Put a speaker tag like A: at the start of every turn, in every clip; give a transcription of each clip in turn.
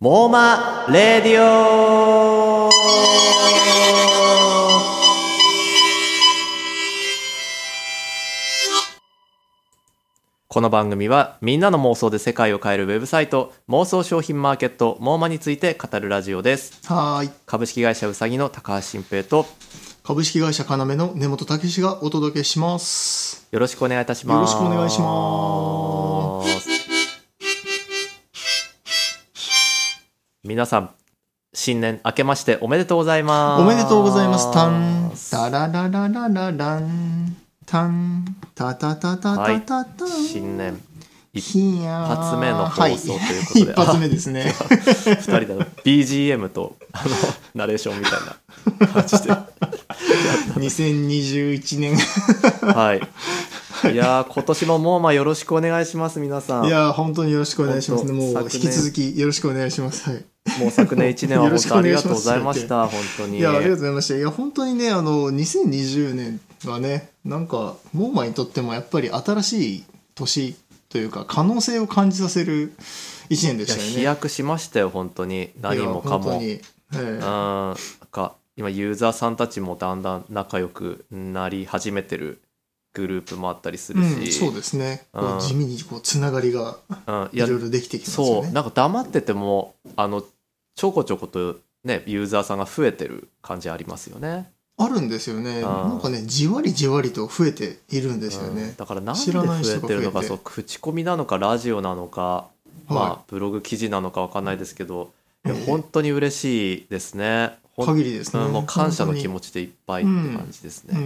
A: モーマレディオこの番組はみんなの妄想で世界を変えるウェブサイト妄想商品マーケットモーマについて語るラジオです
B: はーい。
A: 株式会社うさぎの高橋新平と
B: 株式会社かなめの根本武史がお届けします。
A: よろしくお願いいたします
B: よろしくお願いします
A: 皆さん新年明けましておめでとうございます
B: おめでとうございます。タン、タララララララン、タン、タタタタタタタン。
A: 新年一
B: ひやー
A: 発目の放送ということで
B: はい、一発目で すね。
A: 二人で BGM とあのナレーションみたいな感じで
B: 2021年。
A: はいいやー今年ももうまあよろしくお願いします皆さん
B: いやー、本当によろしくお願いしますね。も
A: 本
B: う
A: 当
B: 引き続きよろしくお願いします。はい。
A: もう昨年1年は
B: よろ
A: 本
B: しく
A: 当あ
B: お願
A: りが
B: いしま
A: と
B: す
A: うございました本当に
B: いや、ありがとうございました。いや、本当にね、あの、2020年はね、なんか、モーマにとってもやっぱり新しい年というか、可能性を感じさせる一年で
A: いや
B: し
A: 飛
B: たよね。
A: 躍しましたよ本当に何もか
B: いや本
A: も
B: 当に。え
A: う
B: え
A: んなんか今ユーザーさんたちもだんだん仲良くなり始めてるグループもあったりする
B: うん、
A: し、
B: そうですね。こう
A: うん
B: 地味にこうつながりが
A: うんい
B: い
A: や
B: ろいろできてきます
A: そ
B: よ
A: う
B: ね。
A: なんか黙っててもあのちょこちょことねユーザーさんが増えてる感じありますよね。
B: あるんですよね。
A: ん
B: なんかね、じわりじわりと増えているんですよ
A: うん
B: ね。
A: だからなんで
B: 知らない
A: 増え
B: 人が増え
A: て
B: て
A: るのかそう口コミなのかラジオなのか、まあ
B: は
A: ブログ記事なのかわかんないですけど、いや
B: ええ
A: 本当に嬉しいですね。
B: い。
A: ほん
B: 限りですね。
A: うんもう感謝の気
B: ち。
A: 持ちでいっぱいって感じですね。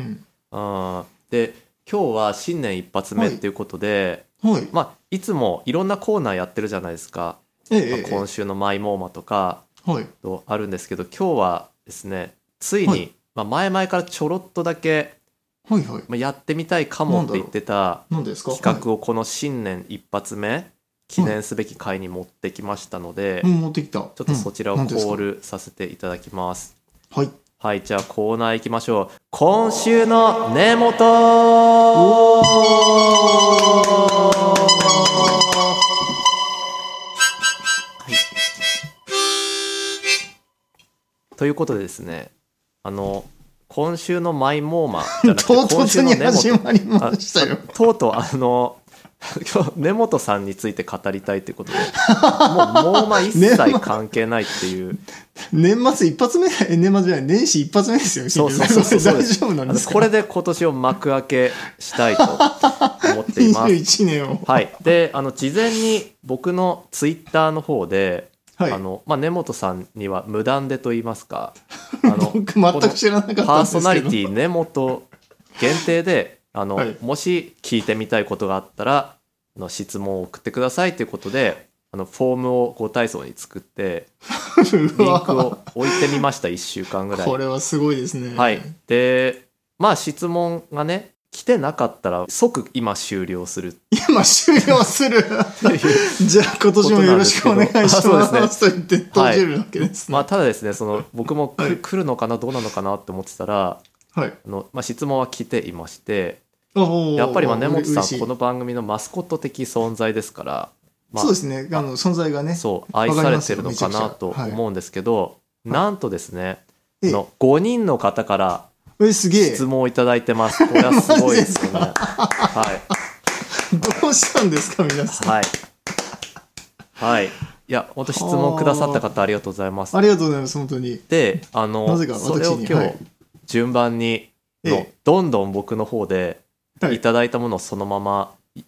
B: うん。
A: うんで今日は新年一発目っていうことで、
B: はい。
A: まあ、いつもいろんなコーナーやってるじゃないですか、
B: ええ
A: まあ
B: ええ
A: 今週の「マイ・モーマ」とか
B: はい。
A: とあるんですけど今日はですねついに、
B: はい
A: まあ、前々からちょろっとだけ、
B: はいはい。
A: まあ、やってみたいかもって言ってた
B: 何ですか
A: 企画をこの新年一発目記念すべき回に持ってきましたので、
B: うん、持ってきた。
A: ちょっとそちらをコ
B: うん何ですか
A: ールさせていただきます。
B: はい。
A: はい、じゃあコーナー行きましょう。今週の根本はいということでですね、あの、今週のマイモーマじゃなくて、
B: 唐
A: 今週
B: 突
A: の
B: に
A: 根本
B: 始まりましたよ。
A: とうとうあの、今日根本さんについて語りたいということで、もう、モーマ一切関係ないっていう。
B: 年末一発目、え年末じゃない、年始一発目ですよ。
A: そうそうそう そう
B: 大丈夫なんですか
A: これで今年を幕開けしたいと思っています。
B: 21年を。
A: はい、であの事前に僕のツイッターの方で、
B: はい。
A: あのまあ、根本さんには無断でと言います かあの
B: 僕全く知らなかったんですけど。
A: パーソナリティ根本限定であの、
B: はい
A: もし聞いてみたいことがあったらあの質問を送ってくださいということであのフォームをご体操に作ってリンク
B: うわ
A: を置いてみました1週間ぐらい
B: こ。れはすごいですね。
A: はい。で、まあ質問がね、来てなかったら即今終了するって
B: 今終了す る。
A: いう
B: じゃあ今年もよろしくお願いしま
A: あ
B: す
A: そうです
B: と言って閉じるわけですね。
A: まあ
B: は
A: ただですね、その僕もく、
B: はい
A: 来るのかな、どうなのかなって思ってたら、
B: い。
A: あのまあ、質問は来ていまして、
B: おー
A: やっぱりまあ根本
B: 嬉し
A: さん、
B: い
A: この番組のマスコット的存在ですから、まあ、
B: そうですね。あの、存在がね。
A: そう
B: か
A: 愛
B: ります
A: されてるのかな
B: めちゃくちゃ
A: と
B: はい
A: 思うんですけど、なんとですね、
B: ええ
A: あの5人の方から
B: え、すげえ。
A: 質問をいただいてます。これはすごいです よね。はい。
B: どうしたんですか、皆さん。
A: はい。はい。いや、本当質問くださった方ありがとうございます
B: あ。りがとうございます、本当に。
A: で、あの、
B: なぜか
A: それ
B: 私
A: を
B: に
A: 今日
B: はい、
A: 順番にの、
B: ええ
A: どんどん僕の方で
B: はい
A: いただいたものをそのまま、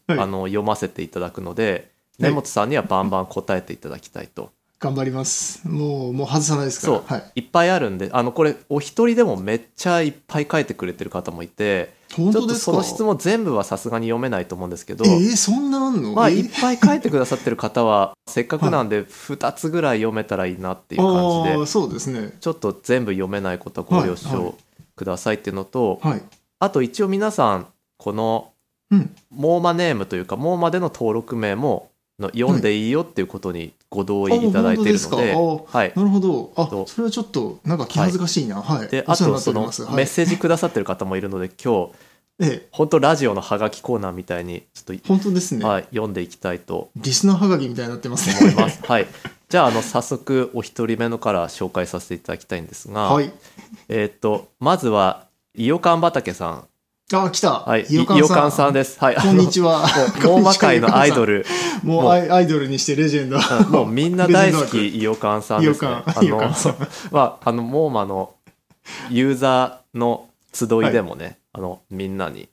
B: はい
A: あの読ませていただくので、
B: は
A: 根
B: い
A: 本さんにはバンバン答えていただきたいと。
B: 頑張ります。もう、もう外さないですか
A: そ
B: ら。
A: う
B: はい。
A: いっぱいあるんで、あの、これ、お一人でもめっちゃいっぱい書いてくれてる方もいて、
B: 本
A: ちょ
B: 当
A: っ
B: で
A: と
B: す
A: そ
B: か
A: の質問全部はさすがに読めないと思うんですけど、
B: えー、そんなあんの
A: まあ、
B: え
A: いっぱい書いてくださってる方は、 せっかくなんで、2つぐらい読めたらいいなっていう感じ
B: あ
A: で
B: ー、そうですね。
A: ちょっと全部読めないことはご了
B: はいは
A: 承くださいっていうのと、
B: はい。
A: あと一応皆さん、この、
B: うん。
A: モーマネームというか、モーマでの登録名もの読んでいいよっていうことにご同意いただいているので、
B: あ本当です
A: はい。
B: なるほど。
A: そう
B: あ、それはちょっと、なんか気恥ずかしいな。はい。
A: で、
B: お
A: あ
B: 世
A: と
B: 話になって
A: そ
B: おり
A: の
B: ますは
A: メッ
B: い。
A: セージくださってる方もいるので、今日、
B: ええ
A: 本当ラジオのハガキコーナーみたいにちょっと、
B: 本当ですね、
A: はい、読んでいきたいと
B: リスナーはがきみたいになってますね
A: 思いますはいじゃああの早速お一人目のから紹介させていただきたいんですが、
B: はい
A: えーっとまずは伊予館畑さん
B: あ来た、
A: はい
B: いよかん
A: 伊予館さん
B: で
A: ですはい
B: こんにちは
A: あのもう大魔界のアイド
B: ル
A: ル
B: も う
A: もう
B: アイアイドルにしてレジェンド
A: うんもうみんな大 好き
B: レ
A: イオカンさんですね。あ
B: イオカンイオカン
A: の
B: さん、
A: まあ、あの、モーマのユーザーの集いでもね、あの、みんなに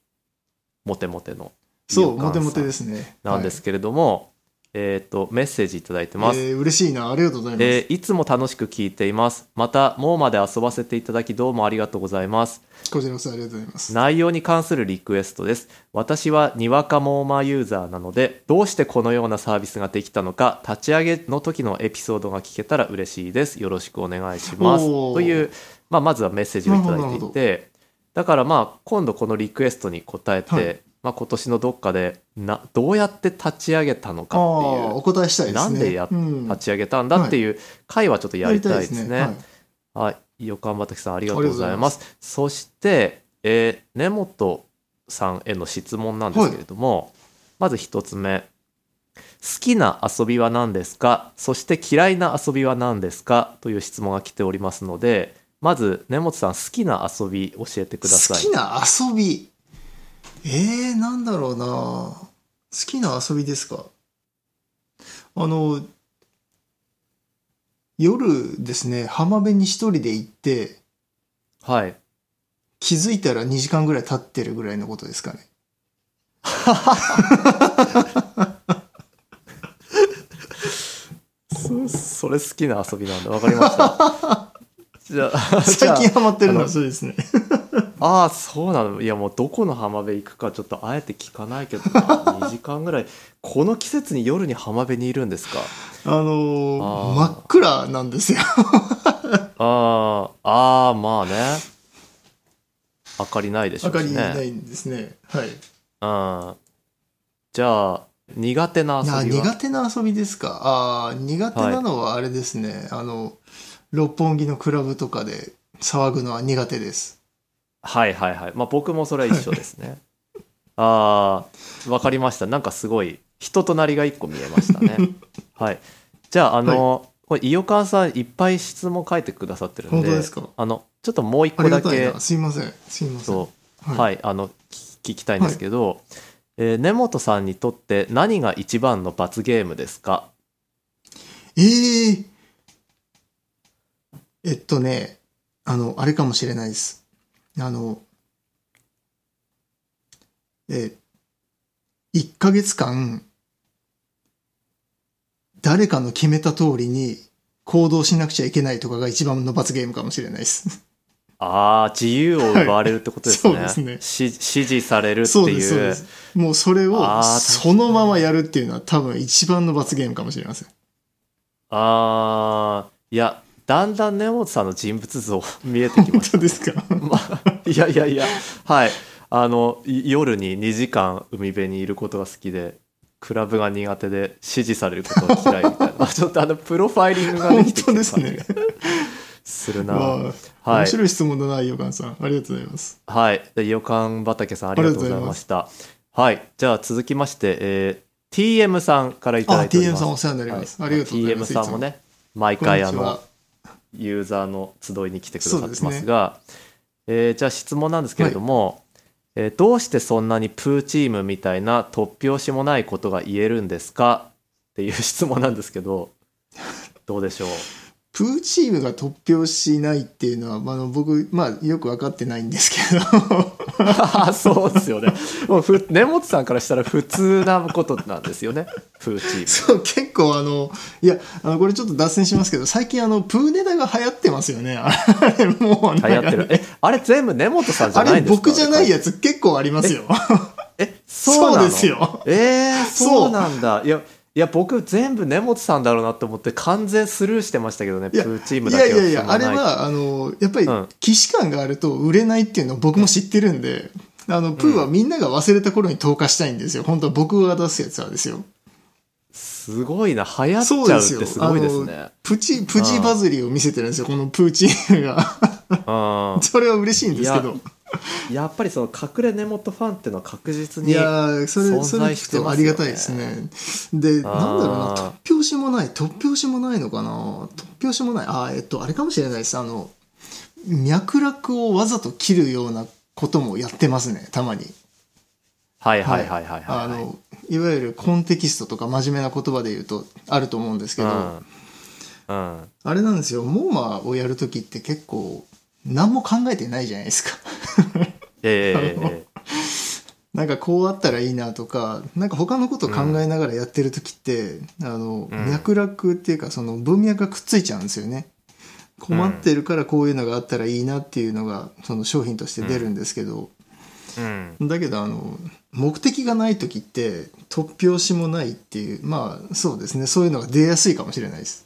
A: モテモテの
B: そう
A: イオカン
B: モ
A: さ
B: テ
A: ん
B: モテですね
A: なんですけれども、えーっと、メッセージいただいて
B: は
A: ま
B: い
A: す。
B: えー嬉しいなありがとうございます、
A: えーいつも楽しく聞いています。また、モーマで遊ばせていただきどうもありがとうございます。
B: こちらこそありがとうございます
A: 内容に関するリクエストです。私はにわかモーマユーザーなので、どうしてこのようなサービスができたのか、立ち上げの時のエピソードが聞けたら嬉しいです。よろしくお願いします。
B: おー
A: という、まあ、まずはメッセージをいただいていて、だからまあ、今度このリクエストに答えて、
B: はい
A: まあ、今年のどっかでな、どうやって立ち上げたの
B: あ
A: か
B: あ
A: っ
B: お答えしたい
A: ていう、
B: です
A: なん
B: ね
A: でや、
B: うん
A: 立ち上げたんだっていう回はちょっとやりたいですね。
B: はい
A: はい、横浜滝さんありがとうございます。そして、えー根本さんへの質問なんですけれども、まず一つ目。好きな遊びは何ですかそして嫌いな遊びは何ですかという質問が来ておりますので、まず根本さん好きな遊び教えてください。
B: 好きな遊びえー、なんだろうな好きな遊びですかあの夜ですね浜辺に一人で行って
A: はい。
B: 気づいたら2時間ぐらい経ってるぐらいのことですかね
A: そそれ好きな遊びなんだ。わかりました。 じゃあ、
B: 最
A: じゃ
B: 近ハマってるの
A: あ
B: は
A: の
B: そうですね
A: ああー、そうなの。いや、もうどこの浜辺行くかちょっとあえて聞かないけどな、2時 間ぐらい。この季節に夜に浜辺にいるんですか。
B: あの
A: あー
B: ー真っ暗なんですよ
A: ああ、ああ、まあね。明かりないでしょ
B: 明
A: うし
B: かり
A: ね。
B: な。いんですねはい
A: うん。じゃあ、苦手な遊
B: あ
A: びは
B: 苦手な遊びですかあー苦手なのはあれですね、あの六本木のクラブとかで騒ぐのは苦手です
A: はいはいはい。まあ僕もそれは一緒です ね。ああ、わかりました。なんかすごい人となりが一個見えました ね。はい。じゃあ、あの、これ、伊予川さんいっぱい質問書いてくださってるんで、
B: 本当ですか
A: あの、ちょっともう一
B: あ
A: 個
B: りが
A: だ
B: たい
A: け
B: な、すいませんすいません
A: そう
B: はい
A: はい、あの、聞聞きたいんですけど、えー根本さんにとって何が一番の罰ゲームですか
B: えええっとねあのあれかもしれないですあのえ1ヶ月間誰かの決めた通りに行動しなくちゃいけないとかが一番の罰ゲームかもしれないです
A: ああ、自由を奪われるってことですね。
B: はいそうで
A: し指示されるって
B: そう
A: い
B: ですそうで
A: う。
B: すもうそれを
A: あー確か
B: そ
A: に
B: のままやるっていうのは多分一番の罰ゲームかもしれません
A: ああ、いや、だんだん根本さんの人物像 見えてきま
B: 本
A: し
B: 当ですか
A: た。 まあ、いやいやいや、はい。あの、い夜に2時間海辺にいることが好きで、クラブが苦手で指示されることが嫌いみ たいな。ちょっとあの、プロファイリングがで
B: 本
A: きてきて
B: 当
A: る
B: です
A: 感じ
B: ね
A: がするな。
B: まあ、
A: はい
B: 面白い質問だな、ヨカンさん。ありがとうございます。
A: はい。で、予感畑さん、ありがとうございました。はい。じゃあ、続きまして、えー TM さんからいた
B: あ
A: だ、いており
B: TM
A: ます。
B: さんお世話になります。ありがとうございます。
A: TM さんも
B: い
A: ね、毎
B: つも、こん
A: 回、
B: に
A: あ
B: ち
A: の
B: は、。
A: ユーザーの集いに来てくださってますが、えーじゃあ、質問なんですけれども、えーどうしてそんなにプーチームみたいな突拍子もないことが言えるんですかっていう質問なんですけ ど、どうで しょう。
B: プーチームが突拍子ないっていうのは、まあ、あの僕、まあ、よく分かってないんですけど、
A: あそうですよね。もうふ根本さんからしたら普通なことなんですよね、プーチーム。
B: そう結構あの、いや、あのこれちょっと脱線しますけど、最近あの、プーネタが流行ってますよね。あれ、もうなんか
A: 流行ってる。え、あれ全部根本さんじゃ
B: あ
A: ない
B: れ
A: んですか
B: 僕じゃないやつ結構ありますよ。
A: え、そうなの
B: そうですよ。
A: えー、
B: そう
A: そうなんだ。いや、いや、僕全部根本さんだろうなと思って完全スルーしてましたけどね、
B: い
A: プ
B: や
A: ーチーム
B: い
A: だけ
B: や
A: はい
B: や
A: 踏
B: いや、
A: ま
B: あ
A: な
B: れは、あの、やっぱり
A: うん、
B: 既視感があると売れないっていうのは僕も知ってるんで、あの、プーはみんなが忘れた頃に投下したいんですよ。本当は僕が出すやつはですよ。
A: すごいな、流行っち
B: そう
A: ゃう
B: で
A: っ
B: すよ
A: てすごいですね
B: あの。プチ、プチバズりを見せてるんですよ、このプーチームが。
A: うん。
B: それは嬉しいんですけど。
A: やっぱりその隠れ根元ファンっていうのは確実
B: い
A: に
B: やーそれ
A: 存
B: それ
A: 在
B: 聞
A: して
B: くと
A: ま
B: あ
A: す
B: り
A: よね
B: がたいですねで
A: あー
B: なんだろうな突拍子もない突拍子もないのかな突拍子もないあーえっとあれかもしれないですあの脈絡をわざと切るようなこともやってますねたまに
A: はいはいはいはいはい
B: あ
A: はい
B: のいわゆるコンテキストとか真面目な言葉で言うとあると思うんですけど、
A: うんうん
B: あれなんですよモーマをやる時って結構何も考えてないじゃないですか
A: ええ
B: あの
A: え
B: なんかこうあったらいいなとかなんか他のこと考えながらやってる時って、あの
A: うん
B: 脈絡っていうかその文脈がくっついちゃうんですよね困ってるからこういうのがあったらいいなっていうのがその商品として出るんですけど、
A: えうん
B: だけどあの目的がない時って突拍子もないっていうまあそうですねそういうのが出やすいかもしれないです。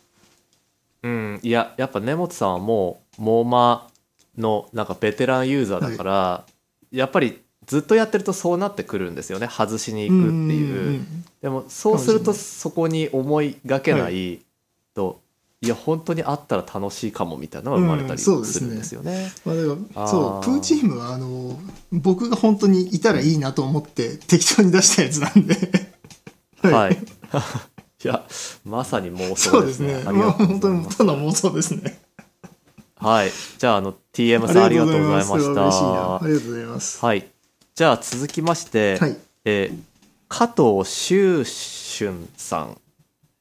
A: うん、いややっぱ根本さんはもうモーマのなんかベテランユーザーだから、やっぱりずっとやってるとそうなってくるんですよね外しに行くっていう,、
B: んんん
A: でもそうする
B: か
A: と
B: もしれな
A: そこに思いがけないと、い、や本当にあったら楽しいかもみたいなのが生まれたりす
B: うんそうですね
A: るんですよね。
B: まあ、だから
A: あー
B: そうプーチームはあの僕が本当にいたらいいなと思って適当に出したやつなんで
A: はい いやまさに妄
B: そ
A: 想
B: う
A: で
B: ですす
A: ね。
B: ね
A: あり
B: まあ
A: がとうござい
B: 本当に
A: ます。
B: ただ妄想ですね
A: はい、じゃああの TM さんありがとうございまし
B: ありがとうございますそれは
A: た
B: 嬉しいなあ。りがとうございます
A: はい、じゃあ続きまして、
B: はい
A: えー加藤修俊さん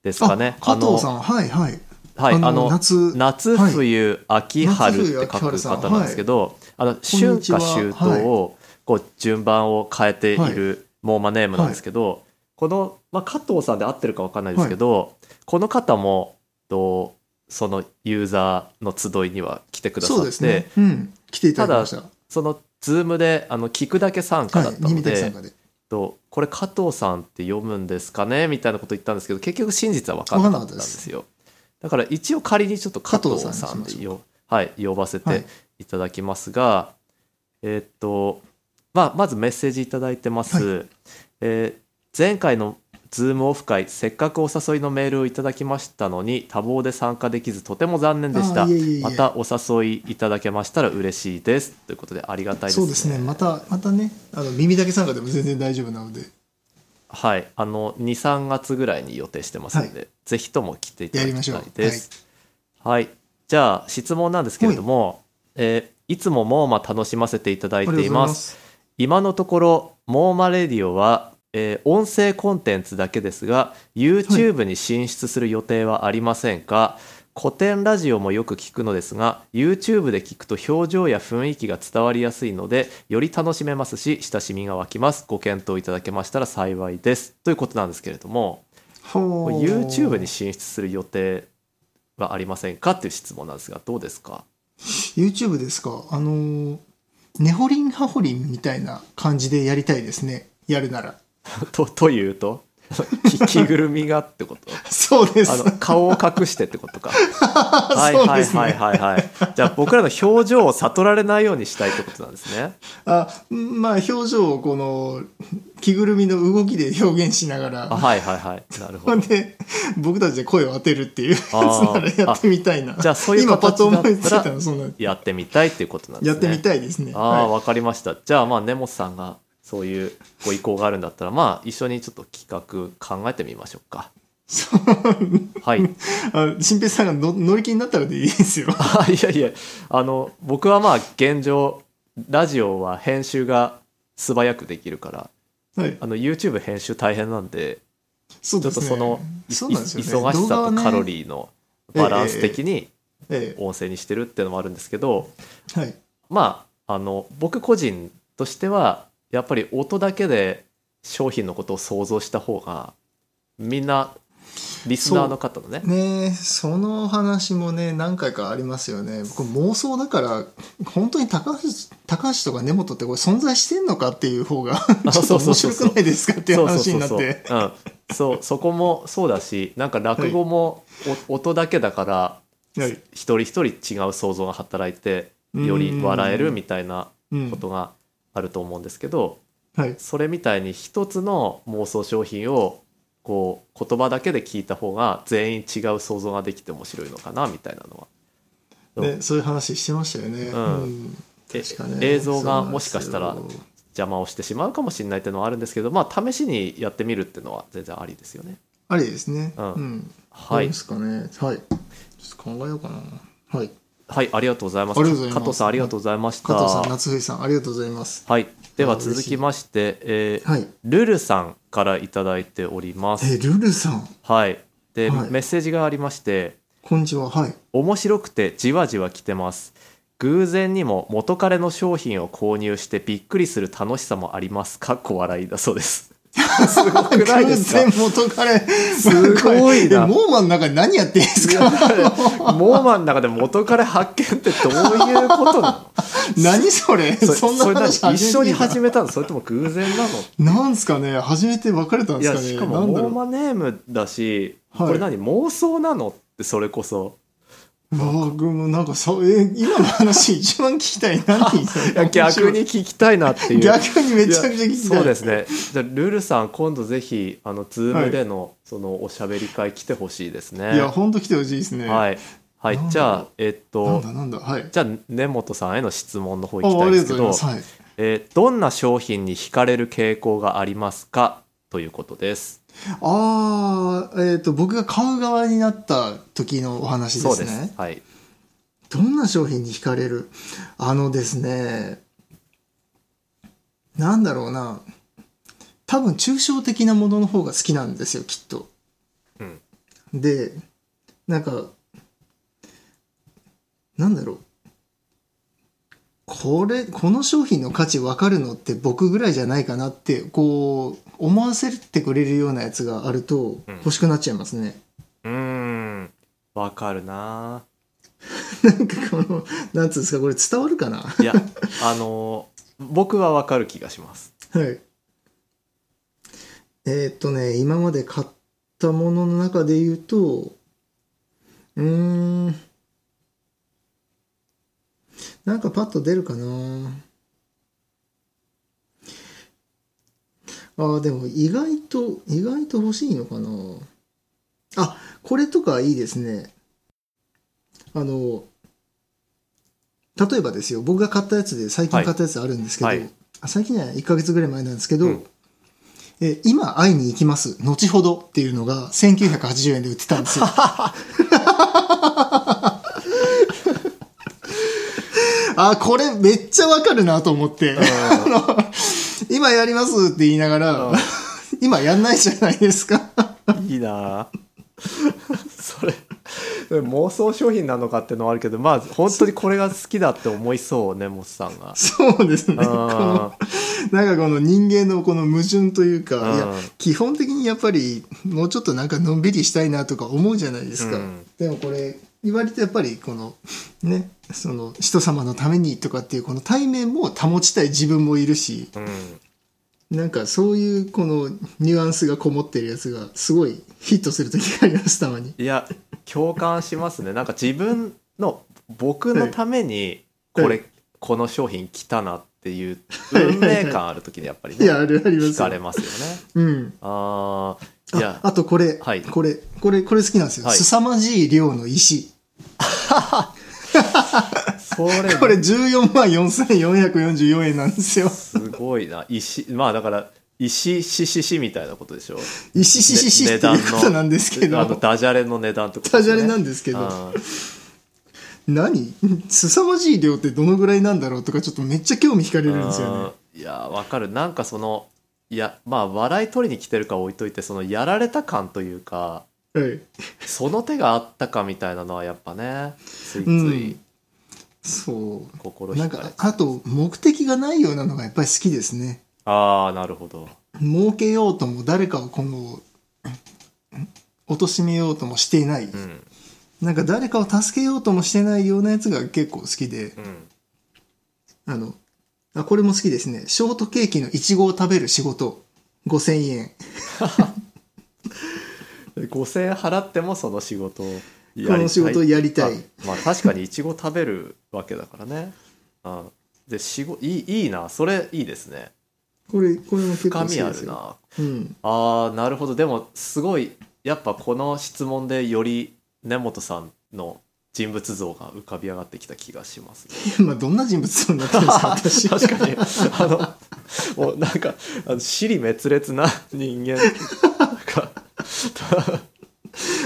A: ですかね。
B: あ加藤さ
A: ん
B: んはいはい
A: はい、あ
B: あの
A: の
B: 夏
A: 夏
B: はい
A: 冬、秋春って書
B: 夏冬秋春
A: く
B: さん
A: 方なんですけど、あの春夏秋冬をこう順番を変えているモーマネームなんですけど、この、まあ、加藤さんで合ってるかわかんないですけど、この方もとそのユーザーの集いには来てくださ
B: そう
A: っ
B: です
A: て、
B: ねうん来ていただきました
A: そのズームであの聞くだけ参加だ
B: は
A: っ
B: い
A: た
B: 新
A: の
B: 見
A: で、
B: 滝さんがで
A: とこれ加藤さんって読むんですかねみたいなこと言ったんですけど結局真実は分かんなかったんですよだから一応仮にちょっと加藤さんで
B: 加藤さんにしまし
A: よはい、呼ばせ
B: は
A: て
B: い
A: いただきますが、えーっと、まあ、まずメッセージいただいてます、えー前回のズームオフ会せっかくお誘いのメールをいただきましたのに多忙で参加できずとても残念でした
B: あーいえいえいえ
A: またお誘いいただけましたら嬉しいですということでありがたいです
B: そ
A: ね
B: うですねまたまたねあの耳だけ参加でも全然大丈夫なので
A: はい、あの23月ぐらいに予定してますので、ぜひとも来ていただきたいです。はい、じゃあ質問なんですけれども、えーいつもモーマ楽しませていただ
B: あ
A: い
B: りがとう
A: て
B: ご
A: い
B: ざい
A: ま。
B: ますす
A: 今のところモーマレディオは、えー音声コンテンツだけですが YouTube に進出する予定はありませんか、古典ラジオもよく聞くのですが YouTube で聞くと表情や雰囲気が伝わりやすいのでより楽しめますし親しみが湧きますご検討いただけましたら幸いですということなんですけれどもこ
B: ほ
A: れ
B: う
A: YouTube に進出する予定はありませんかっていう質問なんですがどうですか
B: YouTube ですかあのーねほりんはほりんみたいな感じでやりたいですねやるなら
A: とというと 聞きぐるみがってこと
B: そうです
A: あの顔を隠してってことか。はい
B: そう
A: は
B: で
A: い
B: すね
A: はいはいはい。じゃあ僕らの表情を悟られないようにしたいってことなんですね。
B: あまあ表情をこの着ぐるみの動きで表現しなが
A: あ
B: ら
A: はいはいはい。なるほ
B: ほん
A: ど。
B: で僕たちで声を当てるっていうやつ
A: あ
B: なら
A: ー
B: やってみたいな
A: じゃあそういう
B: 今パッと
A: 形だった
B: 思
A: ら
B: いついたのそんな
A: やってみたいっていうことなんです
B: や
A: ね。
B: ってみ
A: い。
B: たいですね
A: ああ、
B: は
A: わかりました。じゃあまあ根本さんがそういうご意向があるんだったら、まあ一緒にちょっと企画考えてみましょうか。はい。
B: い、あ新平さんがの乗り気になったらでいいですよ
A: あいやいやあの僕はまあ現状ラジオは編集が素早くできるから
B: はい
A: あの YouTube 編集大変なんで
B: そう
A: ちょ
B: で
A: っ
B: す
A: と
B: ね
A: そのい
B: そうなんですよね
A: 忙しさとカロ
B: ー、
A: リーのバランス的に
B: 動画はねえ
A: 音声にしてるっていうのもあるんですけど、
B: えはい、
A: まああの僕個人としてはやっぱり音だけで商品のことを想像した方がみんなリスナーの方のね
B: ねえその話もね何回かありますよね僕妄想だから本当に高橋高橋とか根本ってこれ存在してんのかっていう方がちょっと
A: そうそ
B: 面
A: うそう
B: 白
A: そう
B: くないですかっていう話になっ
A: そ
B: て
A: うそうそうそう,、うん、そうそこもそうだしなんか落語もお音だけだから
B: はい
A: 一人一人違う想像が働いて
B: うん
A: より笑えるみたいな
B: うん
A: ことがあると思うんですけど、
B: はい
A: それみたいに一つの妄想商品をこう言葉だけで聞いた方が全員違う想像ができて面白いのかなみたいなのは。
B: ね、そういう話してましたよね、
A: うん
B: うん
A: え
B: 確かね
A: 映像が
B: そうなん
A: も
B: で
A: し
B: すよ
A: かしたら邪魔をしてしまうかもしれないっていうのはあるんですけどまあ試しにやってみるっていうのは全然ありですよね。
B: ありですね
A: うん
B: ん
A: はい
B: どうですかねはいちょっと考えようかなはい
A: はい、ありがとうございます。
B: ありがとうございま
A: 加藤
B: す
A: さん、ありがとうございました。
B: 加藤さん夏冬さんありがとうございます
A: はい、では
B: 嬉しい
A: 続きまして、えー
B: はい
A: ルルさんからいただいております。
B: えルルさん
A: はい、で、
B: はい
A: メッセージがありまして、
B: こんにちははい
A: 面白くてじわじわ来てます。偶然にも元彼の商品を購入してびっくりする楽しさもあります。かっこ笑いだそう です。すごくないですか
B: 偶然元彼
A: すごいな
B: えモーマンの中で何やってんですか
A: モーマンの中で元彼発見ってどういうことな
B: 何それ
A: の
B: そんな話
A: それ何一緒に
B: 初
A: 始
B: め
A: めたのそれとも偶然なの
B: てなんすかね初めて別れたん
A: い
B: です
A: や
B: かね
A: しか
B: な
A: も
B: んだろ
A: モ
B: う
A: ーマネームだし、
B: はい
A: これ何妄想なのってそれこそ
B: わあ、ぐもなんかそう、え、今の話一番聞きたい。何そ れ
A: いや逆に、聞きたいなっていう
B: 逆にめちゃくちゃ聞きたい。
A: いやそうですねじゃあルルさん今度ぜひあのズームでのそのおしゃべり会来てほしいですね
B: いや、ほんと来てほしいですね。
A: はい、はい
B: なんだろ、う
A: じゃあえっ
B: なん
A: と
B: だなんだ、はい。
A: じゃあ根本さんへの質問の方
B: あ
A: 行き
B: あ
A: たいん
B: り
A: で
B: が
A: すけ
B: とうご
A: ど
B: ざいます。
A: えーどんな商品に惹かれる傾向がありますかということです。
B: はい、ああ、えっ、と、僕が買う側になった時のお話で
A: そう
B: す
A: で
B: ね。
A: す。はい。
B: どんな商品に惹かれるあのですね、なんだろうな。多分、抽象的なものの方が好きなんですよ、きっと。
A: うん
B: で、なんか、なんだろう。これ、この商品の価値分かるのって僕ぐらいじゃないかなって、こう、思わせてくれるようなやつがあると
A: うん
B: 欲しくなっちゃいますね。
A: うーん。わかるな
B: なんかこの、なんつうんですか、これ伝わるかな
A: ぁい や、あのー僕はわかる気がします。
B: はい。えーっとね、今まで買ったものの中で言うと、うーん、なんかパッと出るかな。あーでも意外と、意外と欲しいのかな。あ、これとかいいですね。あの、例えばですよ、僕が買ったやつで、最近買ったやつあるんですけど、
A: はいはい
B: あ最近じゃない1ヶ月ぐらい前なんですけど、
A: うん
B: えー今会いに行きます、後ほどっていうのが1980円で売ってたんで すよ。あ、これめっちゃわかるなと思って、今やりますって言いながら、
A: うん
B: 今やんないじゃないですか。
A: いいなぁ それ、妄想商品なのかってのはあるけど、まあ、本当にこれが好きだって思いそう、根本さんが。
B: そうですね。この
A: あ
B: なんかこの人間のこの矛盾というか、いや
A: うん
B: 基本的にやっぱりもうちょっとなんかのんびりしたいなとか思うじゃないですか、
A: うん
B: でもこれ言われてやっぱりこのねその人様のためにとかっていうこの対面も保ちたい自分もいるし
A: ーうん。
B: なんかそういうこのニュアンスがこもってるやつがすごいヒットする時がありますたまに。
A: いや共感しますねなんか自分の僕のためにこ
B: は
A: れこの商品来たなっていう運命感ある時にやっぱり
B: いやあ
A: ね
B: るありま
A: 惹
B: す
A: かれ
B: よ。
A: ますよね
B: うん、
A: あーい
B: あ
A: や
B: あとこれ、
A: はい
B: これこれこれ好きなんですよ、
A: はい
B: 凄まじい量の石。
A: それ
B: これ14万4444円なんで すよ。
A: すごいな石まあだから石しししみたいなことでしょ
B: 石ししし
A: ね
B: っていうことなんです け
A: あの
B: ど、
A: ダジャレの値段ってことですよね
B: ダジャレなんですけど
A: あー
B: 何 凄まじい量ってどのぐらいなんだろうとかちょっとめっちゃ興味惹かれるんですよね。
A: いやわかるなんかそのいやまあ笑い取りに来てるか置いといてそのやられた感というか
B: はい。
A: その手があったかみたいなのはやっぱねついつ
B: う
A: い
B: ん。そ
A: 心
B: う。な
A: 惹
B: ん
A: かれ
B: か
A: て、
B: あと目的がないようなのがやっぱり好きですね。
A: ああなるほど
B: 儲けようとも誰かをこの、貶めようともしていない。
A: うん
B: なんか誰かを助けようともしてないようなやつが結構好きで、
A: うん
B: あの、あ、これも好きですね。ショートケーキのイチゴを食べる仕事、5000円。
A: 5,000円払ってもその仕事をやり
B: この仕事をやりたい
A: あまあ確かにいちご食べるわけだからねあで仕事いいいいなそれいいですね
B: これ、これも結
A: 深
B: 構好き
A: みあ
B: です
A: る
B: よ。
A: な
B: うん。
A: あーなるほどでもすごいやっぱこの質問でより根本さんの人物像が浮かび上がってきた気がします、ね、
B: まあどんな人物像になってるんで すか私
A: 確かにあのもうなんかあの尻滅裂な人間なんか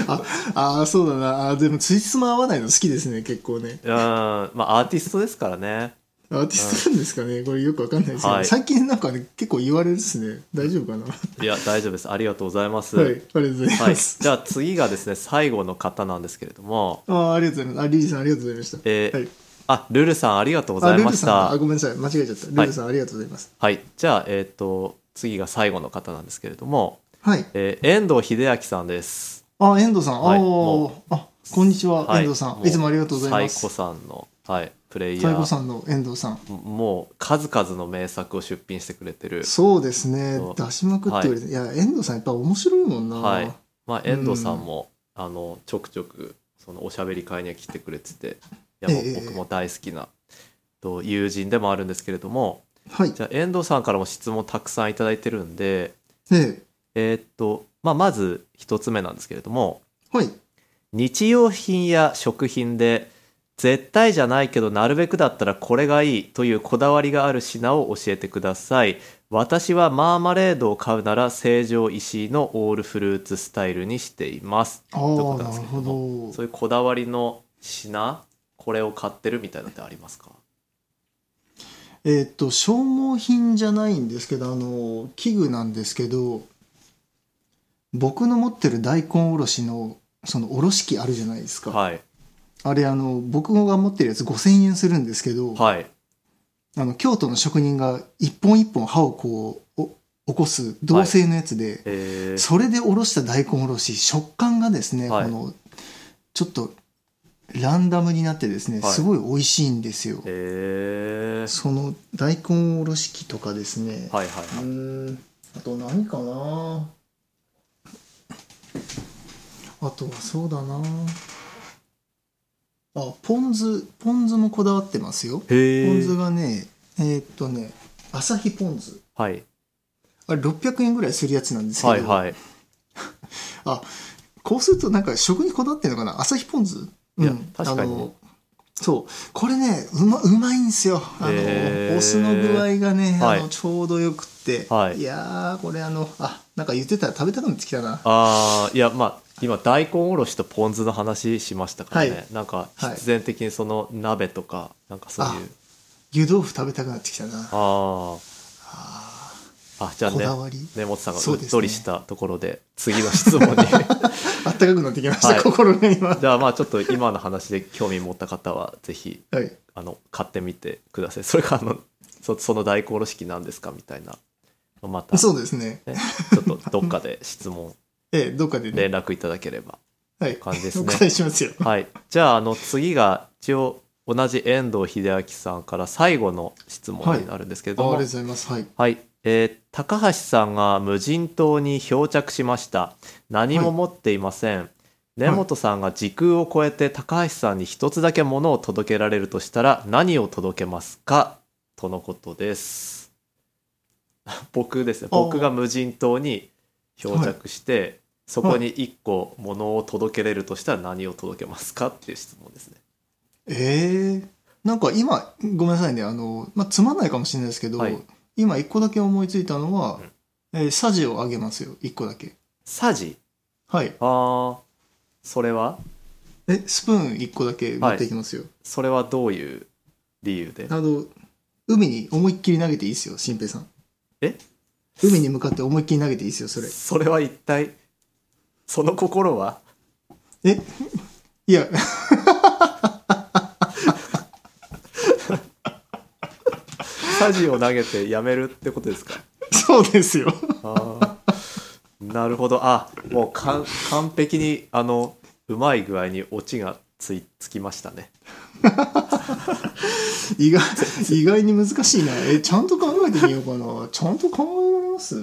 B: ああーそうだなあーでもついつま合わないの好きですね結構ね
A: うんまあアーティストですからね
B: アーティストなんですかねこれよくわかんないですけど、
A: はい
B: 最近なんかね結構言われるですね大丈夫 かなはい
A: いや大丈夫ですありがとうございます、
B: ありがとうござい
A: はい、
B: ま
A: じ
B: す、
A: ゃあ次がですね最後の方なんですけれども、
B: あーありがとうございますあリリーさんありがとうございました
A: えー
B: はい
A: あルルさんありがとうご
B: あ
A: ざい
B: ルル
A: まし
B: さん
A: た
B: あごめんなさい間違えちゃったルルさん、ありがとうございます
A: はいじゃあえっ、と次が最後の方なんですけれども、
B: はい
A: えー遠藤秀明さんです
B: あ遠藤さん、
A: はい
B: あー
A: も
B: あこんにちは、
A: はい
B: 遠藤さ
A: も
B: んいつもありがとうございます
A: 太鼓さんの、はい、プレイ
B: 太
A: ヤ
B: 鼓
A: ー
B: さんの遠藤さん
A: もう数々の名作を出品してくれてる、
B: そうですね
A: そう
B: 出しまくってる、い、や遠藤さんやっぱ面白いもんな、
A: はいまあ、遠藤さんも、あのちょくちょくそのおしゃべり会には来てくれてていやもう
B: ええ
A: 僕も大好きな、と友人でもあるんですけれども
B: はい
A: じゃあ遠藤さんからも質問たくさんいただいてるんで、
B: え
A: えーっと、まあ、まず一つ目なんですけれども、
B: えはい
A: 日用品や食品で、絶対じゃないけど、なるべくだったらこれがいいというこだわりがある品を教えてください。私はマーマレードを買うなら、成城石井のオールフルーツスタイルにしています。
B: あ
A: ということ
B: あ
A: ん
B: な
A: です
B: る
A: けれ
B: ほ
A: も
B: ど
A: そういうこだわりの品、これを買ってるみたいなのってありますか
B: えーっと消耗品じゃないんですけどあの器具なんですけど僕の持ってる大根おろしのそのおろし器あるじゃないですか、
A: はい。
B: あれあの僕が持ってるやつ5,000円するんですけど、
A: はい。
B: あの京都の職人が一本一本刃をこうお起こす銅製のやつで、
A: えー、
B: それでおろした大根おろし食感がですね、
A: はい
B: このちょっとランダムになってですね、
A: はい
B: すごい美味しいんですよ、
A: えー、
B: その大根おろし器とかですね、
A: はいはいうはい。
B: ーんあと何かなあとはそうだなあポン酢ポン酢もこだわってますよ
A: へ
B: ポン酢
A: ー
B: がねえーっとね朝日ポン酢
A: はい。
B: あれ600円ぐらいするやつなんですけど、
A: はいはい。
B: こうするとなんか食にこだわってんのかな朝日ポン酢
A: いや
B: うん
A: 確かにね
B: あのそうこれねうまうまいんですよあの、
A: へー
B: お酢の具合がね、
A: はい
B: あのちょうどよくって、
A: はい
B: やーこれあのあなんか言ってたら食べたくなってきたな
A: ああいやまあ今大根おろしとポン酢の話しましたからね、
B: はい
A: なんか
B: はい
A: 必然的にその鍋とかなんかそういう
B: 湯豆腐食べたくなってきたなあ
A: あああじゃあ
B: こ
A: ね
B: だわり
A: 根本さんが
B: そうう
A: っ
B: ですね
A: とりしたところで次の質 問に
B: あったかくなってきました、
A: はい
B: 心が今は
A: じゃあまあちょっと今の話で興味持った方はぜひ
B: い
A: あの買ってみてくださいそれかあのそその大根おろし器なんですかみたいなまた、ね、ちょ
B: そうですね
A: っとどっかで質問
B: ええどっかでね
A: 連絡いただければ
B: はい
A: 感じですね
B: お答えしますよ
A: はい。じゃあ、あの、次が、一応、同じ遠藤秀明さんから最後の質問になるんですけれ
B: あ
A: ど
B: あり
A: も、は
B: がとうご
A: い。
B: ざいますはい
A: えー高橋さんが無人島に漂着しました。何も持っていません。根本さんが時空を超えて高橋さんに一つだけ物を届けられるとしたら何を届けますかとのことです。 僕ですね。
B: あー
A: 僕が無人島に漂着して、そこに一個物を届けれるとしたら何を届けますかっていう質問ですね。
B: ええなんか今ごめんなさいねあの、まあ、つまんないかもしれないですけど、
A: はい
B: 今一個だけ思いついたのは、
A: うん
B: えーサジをあげますよ一個だけ
A: サジ
B: はい
A: ああ、それは
B: えスプーン一個だけ持っていきますよ、
A: それはどういう理由で
B: あの海に思いっきり投げていいですよ新平さん
A: え
B: 海に向かって思いっきり投げていいですよそれ
A: それは一体、その心は
B: えいや
A: サジを投げてやめるってことですか
B: そうですよ
A: あーなるほど。あ、もうかん完璧に、あの、うまい具合にオチがついつきましたね。
B: 意外意外に難しいなえちゃんと考えてみようかなちゃんと考えられます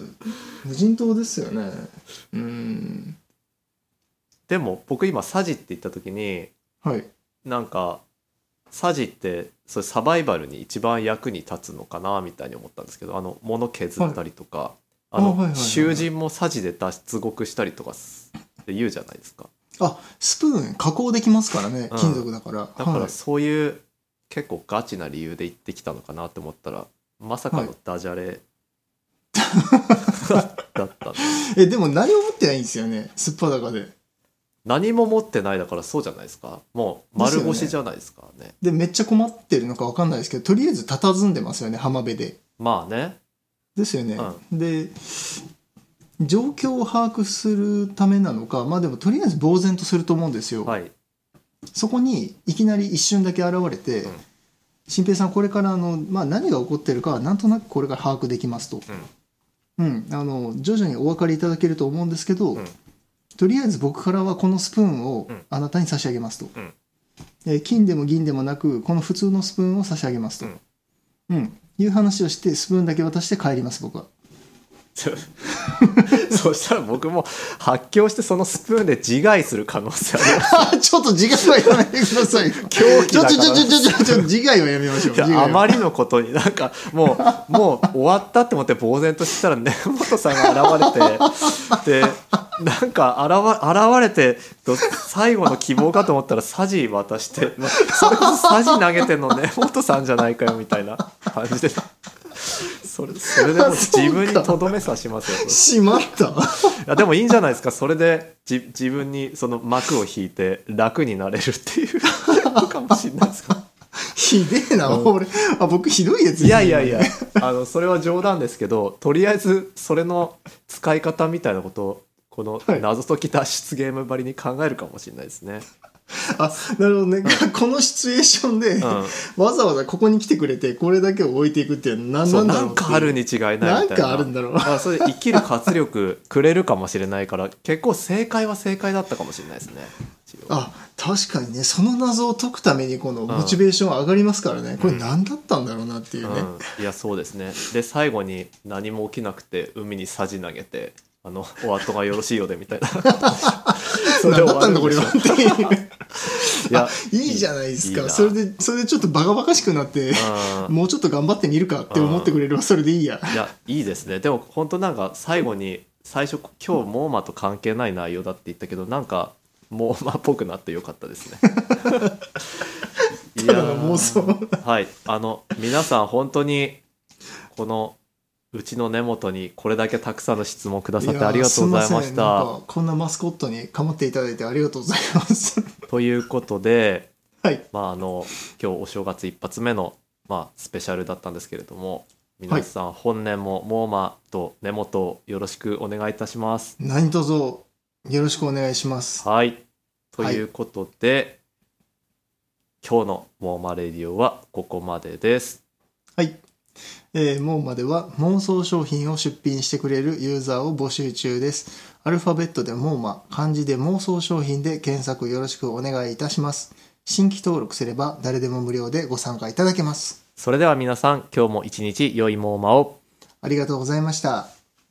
B: 無人島ですよねうん
A: でも、僕今、サジって言った時に、
B: はい
A: なんか、サジって、それサバイバルに一番役に立つのかな、みたいに思ったんですけど、あの、物削ったりとか、あ
B: あはいはい
A: の、
B: はい
A: 囚人もサジで脱獄したりとかすって言うじゃないですか。
B: あスプーン加工できますからね、
A: うん
B: 金属だから
A: だか
B: は
A: ら
B: い、
A: そういう結構ガチな理由で行ってきたのかなって思ったらまさか
B: は
A: の
B: い
A: ダジャレだった の
B: えでも何も持ってないんですよねすっぱだかで
A: 何も持ってないだからそうじゃないですかもう丸腰じゃないですかね
B: でめっちゃ困ってるのか分かんないですけどとりあえず佇んでますよね浜辺で
A: まあね
B: ですよね、で状況を把握するためなのかまあでもとりあえず呆然とすると思うんですよ、
A: はい
B: そこにいきなり一瞬だけ現れて、
A: うん
B: 新平さんこれからあの、まあ、何が起こってるかはなんとなくこれから把握できますと、うんあの徐々にお分かりいただけると思うんですけど、
A: うん
B: とりあえず僕からはこのスプーンを
A: うん
B: あなたに差し上げますと、
A: うん
B: えー金でも銀でもなくこの普通のスプーンを差し上げますと、うんいう話をしてスプーンだけ渡して帰ります僕は。
A: ちょそしたら僕も発狂してそのスプーンで自害する可能性あります
B: あちょっと自害はやめてくださいよ。
A: 狂気
B: ち
A: だ
B: ょ
A: から
B: ちょちょちょちょちょちょ自害はやめましょう。
A: いや
B: 自害は
A: あまりのことになんかもうもう終わったって思って呆然としてたら 根本さんが現れてでなんか現れ現れてど最後の希望かと思ったらサジ渡して、まあそれこそサジ投げてんの 根本さんじゃないかよみたいな感じでそれそれでもう自分にとどめさしますよそれ
B: しまった。
A: いやでもいいんじゃないですかそれでじ自分にその幕を引いて楽になれるって いうのかもしれないですか
B: ひでえな、
A: うん
B: 俺。あ、僕ひどいやつですね
A: いやいやいや。あのそれは冗談ですけどとりあえずそれの使い方みたいなことをこの
B: はい
A: 謎解き脱出ゲームばりに考えるかもしれないですね。
B: あ、なるほどね。このシチュエーションで、わざわざここに来てくれて、これだけを置いていくっていうのは
A: うん、
B: 何
A: そ
B: な
A: うん
B: だ
A: な
B: ろうっ
A: ん
B: ていう
A: かあるに違いないみたいな。
B: なんかあるんだろう
A: あそれ生きる活力くれるかもしれないから結構正解は正解だったかもしれないですね。一応
B: あ、確かにね、その謎を解くためにこのモチベーション上がりますからね。これ何だったんだろうなっていうね。
A: うん、いやそうですねで最後に何も起きなくて海にさじ投げてあのお後がよろしいようでみたい なそれで
B: 何
A: 終
B: だっ
A: わ
B: た
A: る
B: ん
A: ん
B: だこ
A: で
B: れ
A: しょ
B: はって いう。
A: いや
B: いいじゃないです
A: い
B: か。
A: な
B: それで、それでちょっとバカバカしくなって、
A: うん
B: もうちょっと頑張ってみるかって思ってくれればそれでいいや。
A: いやいいですねでも本当なんか最後に最初今日モーマと関係ない内容だって言ったけどなんかモーマっぽくなってよかったですねい
B: ただの妄想。
A: はいあの皆さん本当にこのうちの根元にこれだけたくさんの質問くださってありがとうございま
B: やーす
A: し
B: んな
A: た
B: んかこんなマスコットにかまっていただいてありがとうございます。
A: ということで
B: はい。
A: まああの今日お正月一発目の、まあ、スペシャルだったんですけれども皆さん本年もモーマと根元をよろしくお願いいたします
B: 何卒よろしくお願いします。
A: はい。と
B: はい
A: いうことで、今日のモーマレディオはここまでです。
B: はい。えー、もうまでは妄想商品を出品してくれるユーザーを募集中です。アルファベットでモーマ、漢字で妄想商品で検索よろしくお願いいたします。新規登録すれば誰でも無料でご参加いただけます。
A: それでは皆さん、今日も一日良いモーマを。
B: ありがとうございました。